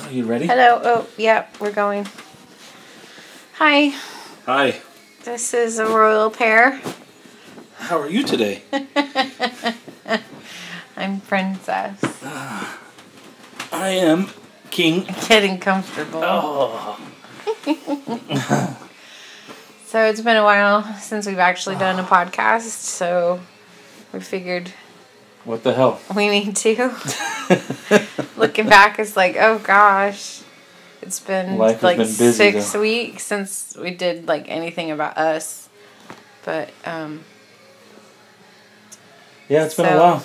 Are you ready? Hello. Oh, yeah, we're going. Hi. Hi. This is a royal pair. How are you today? I'm princess. I am King. Getting comfortable. Oh. So it's been a while since we've actually done a podcast. So we figured What the hell? we need to. Looking back, it's like, oh gosh, it's been Life has like been busy, six though. weeks since we did like anything about us. But um, Yeah, it's been a So- while.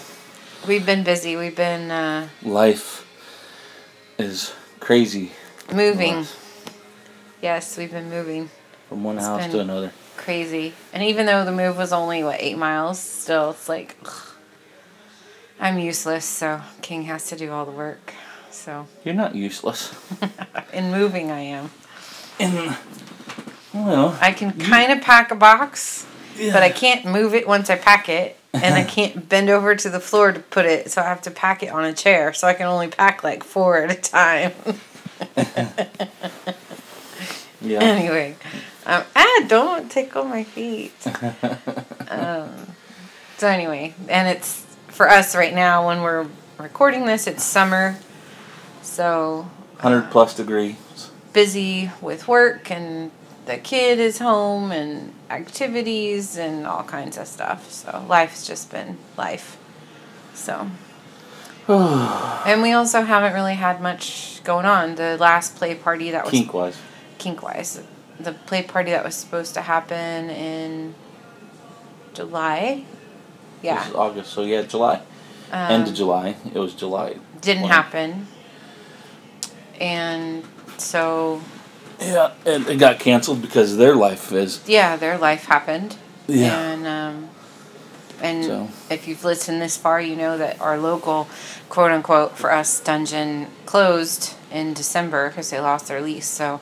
we've been busy. We've been uh, Life is crazy moving. Nice. Yes, we've been moving. from one house to been- another. Crazy. And even though the move was only what eight miles, still it's like ugh, I'm useless. So King has to do all the work. So You're not useless. in moving, I am. And well, I can kind of pack a box. but I can't move it once I pack it, and I can't bend over to the floor to put it, so I have to pack it on a chair. So I can only pack like four at a time. yeah. anyway, um, ah, don't tickle my feet. um, so anyway, and it's for us right now when we're recording this, it's summer, so Hundred plus degrees. busy with work and the kid is home and activities and all kinds of stuff. So life's just been life. So and we also haven't really had much going on. The last play party that was Kink wise. kink wise, the play party that was supposed to happen in July, This yeah, um, Uh-huh. is August, so yeah, July. End of July. It was July. didn't Wow. happen. And so Yeah, and it got canceled because their life is yeah, their life happened. yeah. And um, and So. if you've listened this far, you know that our local, quote unquote, for us dungeon closed in December because they lost their lease. So,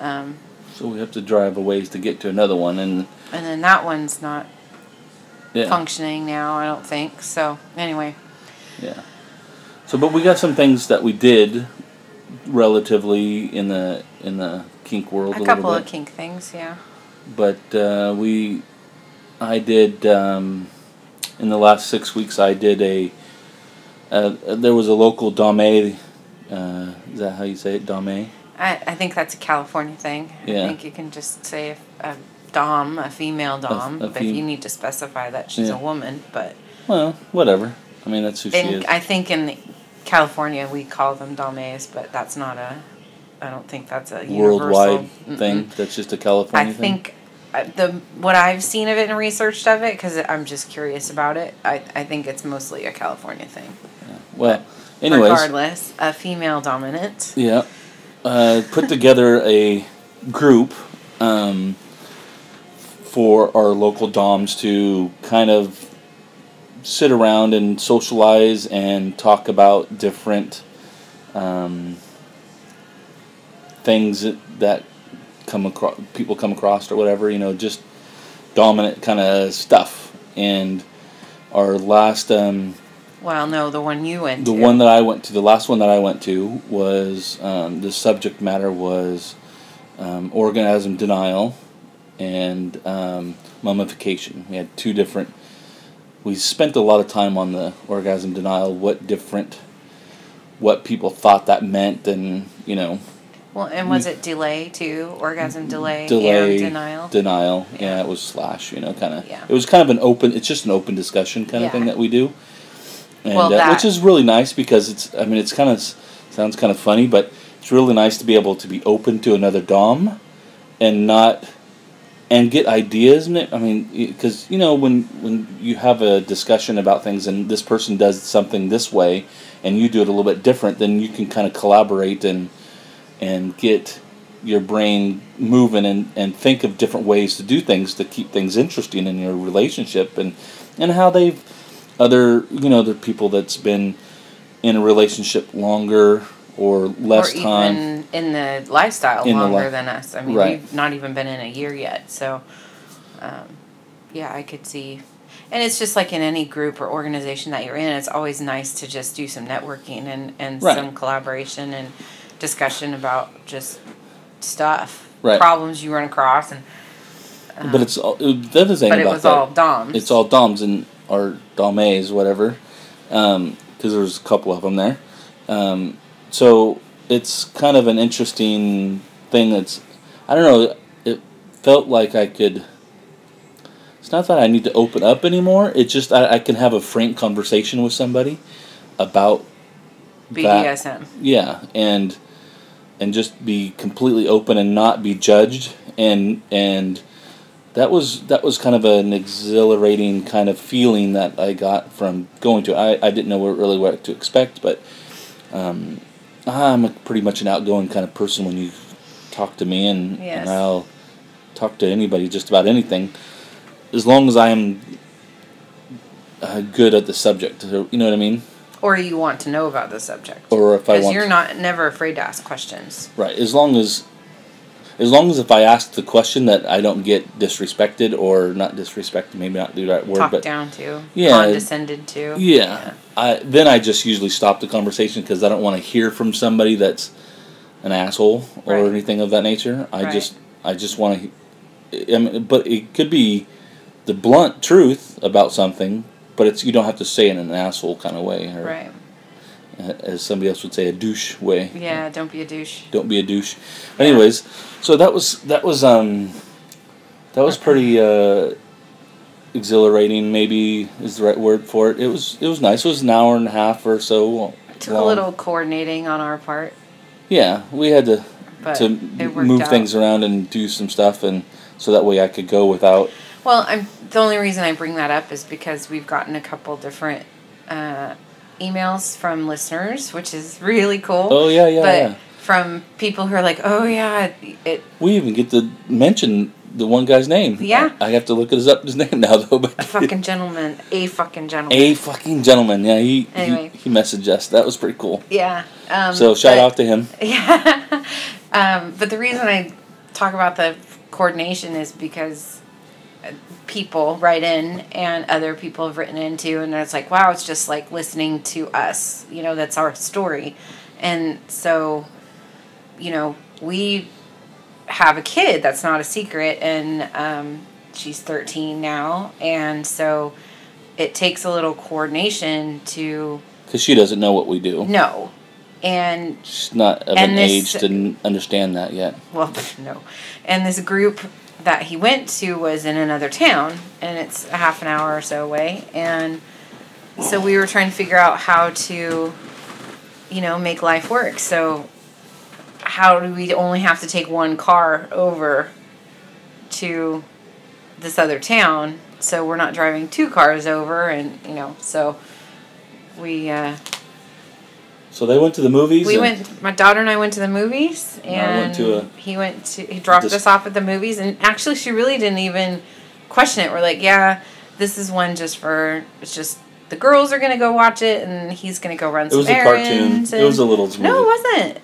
um, So we have to drive a ways to get to another one, and and then that one's not yeah, functioning now. I don't think so. Anyway, yeah. So, but we got some things that we did relatively in the in the kink world a, a couple little of bit. kink things. Yeah. But uh, we, I did um, in the last six weeks. I did a. Uh, there was a local dame. Uh, is that how you say it, dame? I, I think that's a California thing. Yeah. I think you can just say a, a dom, a female dom, a but fem- you need to specify that she's Yeah. a woman. But Well, whatever. I mean, that's who she In, is. I think in California we call them dalmes, but that's not a. I don't think that's a Worldwide universal- Mm-mm. thing. That's just a California I thing. think uh, the what I've seen of it and researched of it because I'm just curious about it. I I think it's mostly a California thing. Well, anyways. regardless, a female dominant. Yeah. Uh, put together a group um, for our local DOMs to kind of sit around and socialize and talk about different um, things that, that come across people come across or whatever you know just dominant kind of stuff and our last um, Well, no, the one you went the to. one that I went to, the last one that I went to was um, the subject matter was um, orgasm denial and um, mummification. We had two different. We spent a lot of time on the orgasm denial. What different? What people thought that meant, and you know, well, and was it delay too? Orgasm delay, Mm. Mm-hmm. delay, and denial. denial. Yeah. it was slash. You know, kind of. Yeah. It was kind of an open. It's just an open discussion kind of Yeah. thing that we do, and Well, uh, that- which is really nice because it's. I mean, it's kind of sounds kind of funny, but it's really nice to be able to be open to another dom, and not, and get ideas. And it- I mean, because you know when when you have a discussion about things and this person does something this way, and you do it a little bit different, then you can kind of collaborate and and get your brain moving and, and think of different ways to do things to keep things interesting in your relationship and and how they've other you know the people that's been in a relationship longer or less or time even in the lifestyle In the longer li- than us. I mean, Right. we've not even been in a year yet, so um, yeah, I could see. And it's just like in any group or organization that you're in, it's always nice to just do some networking and, and Right. some collaboration and discussion about just stuff, Right. problems you run across, and but it's all, the other thing uh, but it about was that. all Dom. It's all Doms and or Dalmays, whatever, because there's a couple of them there. Um, so it's kind of an interesting thing. That's I don't know. It felt like I could. It's not that I need to open up anymore. It's just I, I can have a frank conversation with somebody about that. BDSM. Yeah, and and just be completely open and not be judged and and that was that was kind of an exhilarating kind of feeling that I got from going to. it. I, I didn't know what, really what to expect, but um, I'm a, pretty much an outgoing kind of person when you talk to me, and, Yes. and I'll talk to anybody just about anything, as long as I'm uh, good at the subject. You know what I mean? Or you want to know about the subject. Or if I Because want you're not never afraid to ask questions. Right. As long as, as long as if I ask the question that I don't get disrespected or not disrespected, maybe not do that word, Talked but down to. Yeah. Condescended to. yeah, I then I just usually stop the conversation because I don't want to hear from somebody that's an asshole or Right. anything of that nature. I Right. just I just want to. I mean, but it could be the blunt truth about something, but it's you don't have to say it in an asshole kind of way, or Right. as somebody else would say, a douche way. Yeah, don't be a douche. don't be a douche. Anyways, so that was that was um that was pretty uh exhilarating maybe is the right word for it. It was it was nice. It was an hour and a half or so. Took a long. little coordinating on our part, Yeah, we had to but to it worked move out. things around and do some stuff and so that way I could go without Well, I'm the only reason I bring that up is because we've gotten a couple different uh, emails from listeners, which is really cool. Oh yeah, yeah, but yeah. from people who are like, "Oh yeah, it We even get to mention the one guy's name. Yeah. I have to look his up his name now though, but a fucking gentleman, a fucking gentleman." a fucking gentleman. Yeah, he, Anyway. he he messaged us. That was pretty cool. yeah. Um, So shout but- out to him. Yeah. um, but the reason I talk about the coordination is because uh, people write in and other people have written in too, and it's like, wow, it's just like listening to us. You know, that's our story. And so, you know, we have a kid that's not a secret, and um, she's 13 now. And so it takes a little coordination to because she doesn't know what we do. know. And She's not of And an this- age to n- understand that yet. well no and this group that he went to was in another town and it's a half an hour or so away and so we were trying to figure out how to you know make life work so how do we only have to take one car over to this other town so we're not driving two cars over and you know so we uh, So they went to the movies. we and- went. My daughter and I went to the movies, And I and went to a- he went to. He dropped Just- us off at the movies, and actually, she really didn't even question it. We're like, yeah, this is one just for. It's just the girls are gonna go watch it, and he's gonna go run It some was a cartoon. errands. It was a and- little No, it movie. wasn't.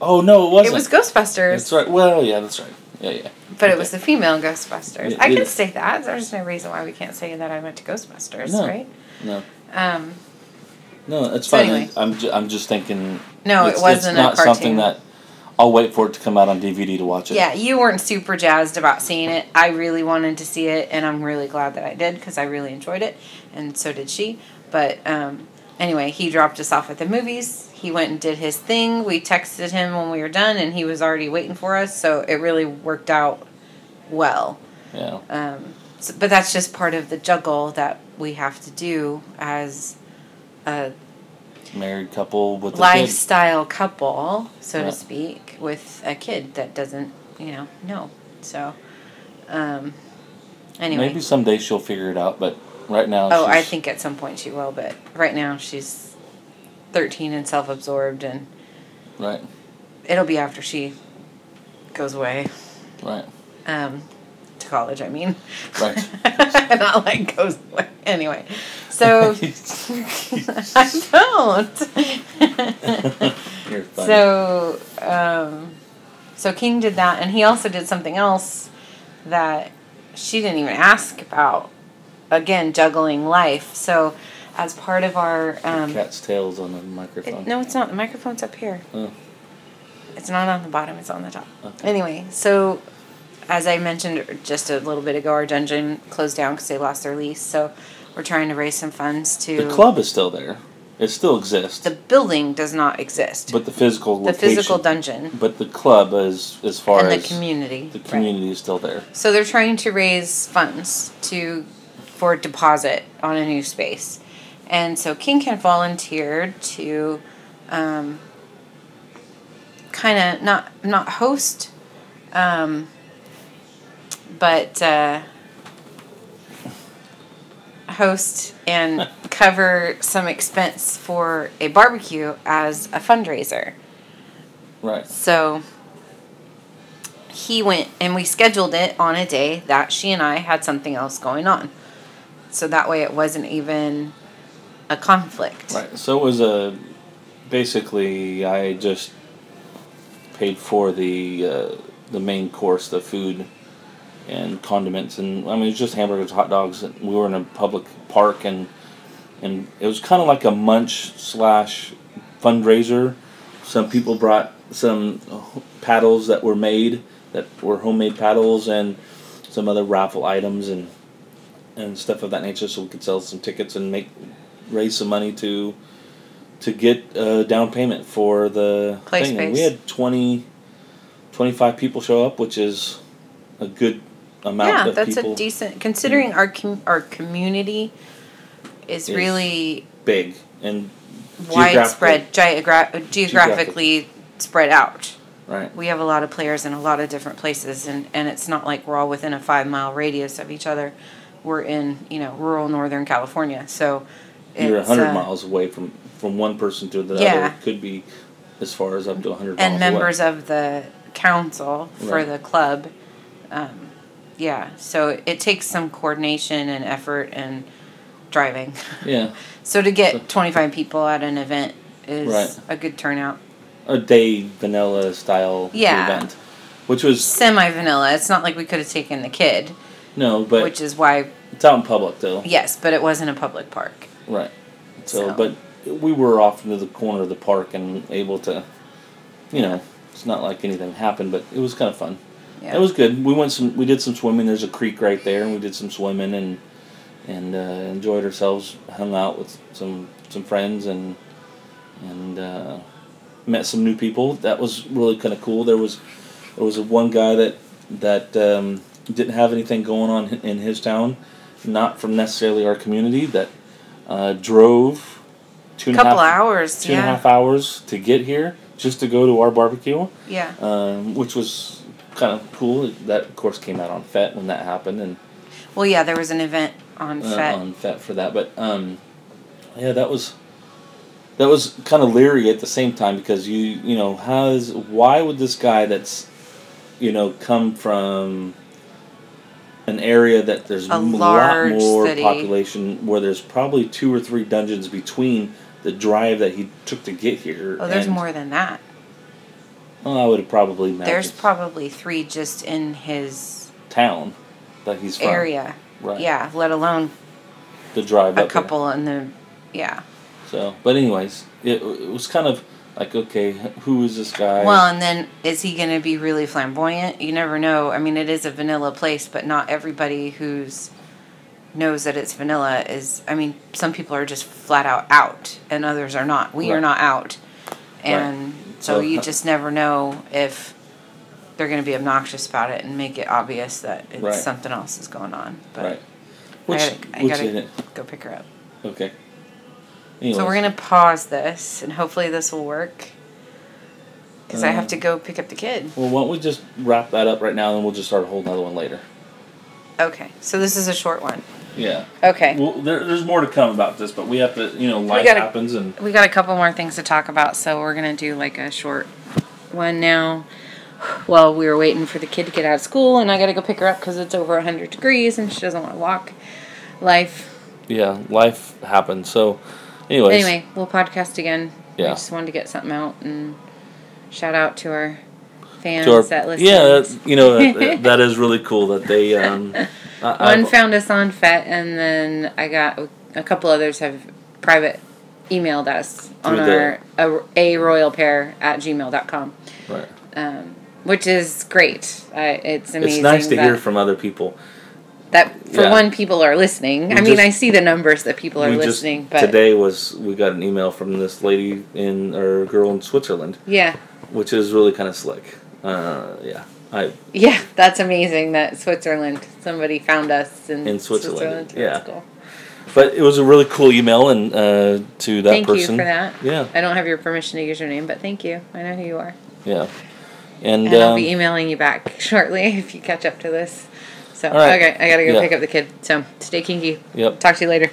Oh no, it It wasn't. was Ghostbusters, That's right. Well, yeah, that's right. Yeah, yeah. but it was the female Ghostbusters. It- I can it- say that. There's no reason why we can't say that I went to Ghostbusters, No. right? No, Um, no, that's So fine. anyway. I'm ju- I'm just thinking. no, it's- it wasn't It's not a cartoon. something that I'll wait for it to come out on DVD to watch it. Yeah, you weren't super jazzed about seeing it. I really wanted to see it, and I'm really glad that I did because I really enjoyed it, and so did she. But um, anyway, he dropped us off at the movies. He went and did his thing. We texted him when we were done, and he was already waiting for us, so it really worked out well. Yeah. Um, so, but that's just part of the juggle that we have to do as a Married couple with a kid. lifestyle couple, so Yeah. to speak, with a kid that doesn't, you know, know. So, um, anyway. Maybe someday she'll figure it out, but right now. oh, I she's- think at some point she will, but right now she's 13 and self absorbed, and Right. it'll be after she goes away Right. um, to college, I mean. Right. Not like goes away. Anyway, so I don't. You're funny. So, um, so King did that, and he also did something else that she didn't even ask about. Again, juggling life. So, as part of our um, cat's tails on the microphone. it- no, it's not. The microphone's up here. Oh. It's not on the bottom, it's on the top. Anyway, so as I mentioned just a little bit ago, our dungeon closed down because they lost their lease. So we're trying to raise some funds to. The club is still there. It still exists. The building does not exist. but the physical the location. physical dungeon But the club is as far and the as community. the right. community is still there. So they're trying to raise funds to for deposit on a new space, and so King had volunteered to, um, kind of not not host, um, but uh, host and cover some expense for a barbecue as a fundraiser. Right. So he went and we scheduled it on a day that she and I had something else going on. So that way it wasn't even a conflict. Right. So it was a basically I just paid for the uh, the main course, the food and condiments and I mean it was just hamburgers, hot dogs. and We were in a public park and and it was kind of like a munch slash fundraiser. Some people brought some paddles that were made that were homemade paddles and some other raffle items and and stuff of that nature so we could sell some tickets and make raise some money to to get a down payment for the Play thing. And we space. had 20 25 people show up, which is a good amount Yeah, of that's people. a decent considering our com- our community is Is really big and widespread geogra- geographically spread out. right. We have a lot of players in a lot of different places and and it's not like we're all within a 5 mile radius of each other. We're in, you know, rural northern California. So You're a it's, 100 uh, miles away from from one person to the Yeah. other. Could be as far as up to 100 and miles members away. of the council for Right. the club. Um, yeah, so it takes some coordination and effort and driving. Yeah. So to get 25 people at an event is Right. a good turnout. A day vanilla style Yeah. event. Which was Semi vanilla. It's not like we could have taken the kid, no, but which is why it's out in public though. yes, but it wasn't a public park. Right. So, So- but we were off into the corner of the park and able to, you know, it's not like anything happened, but it was kind of fun. Yeah. It was good. We went some. We did some swimming. There's a creek right there, and we did some swimming and and uh, enjoyed ourselves. Hung out with some some friends and and uh, met some new people. That was really kind of cool. There was there was one guy that that um, didn't have anything going on in- in his town, not from necessarily our community. That uh, drove two a and a half couple hours. two and a yeah. half hours to get here just to go to our barbecue Yeah. um, which was kind of cool. That of course came out on FET when that happened, and Well, yeah, there was an event on uh, FET. on FET for that. But um, yeah, that was that was kind of leery at the same time because you you know how is why would this guy that's you know come from an area that there's A lot large more city. population where there's probably two or three dungeons between the drive that he took to get here. oh, there's and- more than that. Oh, I would have probably met There's his probably three just in his town that he's from. area. Right. Yeah, let alone the drive a up there. couple in the yeah. So, but anyways, it, it was kind of like okay, who is this guy? Well, and then is he going to be really flamboyant? You never know. I mean, it is a vanilla place, but not everybody who's knows that it's vanilla is. I mean, some people are just flat out out, and others are not. We Right. are not out, and so So- uh, you just never know if they're going to be obnoxious about it and make it obvious that it's Right. something else is going on. But right? I Which gotta, I which gotta in it? go pick her up. Okay. Anyways, So we're gonna pause this, and hopefully this will work. Because I Uh, have to go pick up the kid. Well, why don't we just wrap that up right now, and we'll just start a whole another one later. Okay, so this is a short one. Yeah. Okay, Well, there, there's more to come about this, but we have to, you know, life gotta- happens, and we got a couple more things to talk about, so we're gonna do like a short one now. While we were waiting for the kid to get out of school, and I gotta go pick her up because it's over 100 degrees and she doesn't want to walk. Life. yeah, life happens. So, anyways, Anyway, we'll podcast again. Yeah. I just wanted to get something out and shout out to our fans to our, that listen. yeah, that's- you know, that, that is really cool that they um, I- One I've- E found us on FET, and then I got a couple others have private emailed us on Through the- our a, a royal pair at gmail.com, Right. um, which is great. I, it's amazing. It's nice to that, hear from other people. that for yeah. one people are listening. We I mean, just- I see the numbers that people are we listening, just but today was we got an email from this lady in or girl in Switzerland, yeah, which is really kind of slick. Uh, yeah, I yeah, that's amazing that Switzerland somebody found us in, In Switzerland, yeah. That's cool. but it was a really cool email and uh, to that Thank you person. for that. Yeah, I don't have your permission to use your name, but thank you. I know who you are. yeah, and, And I'll um, be emailing you back shortly if you catch up to this. So, All right. okay, I gotta go Yeah. pick up the kid. So, stay kinky. yep. Talk to you later.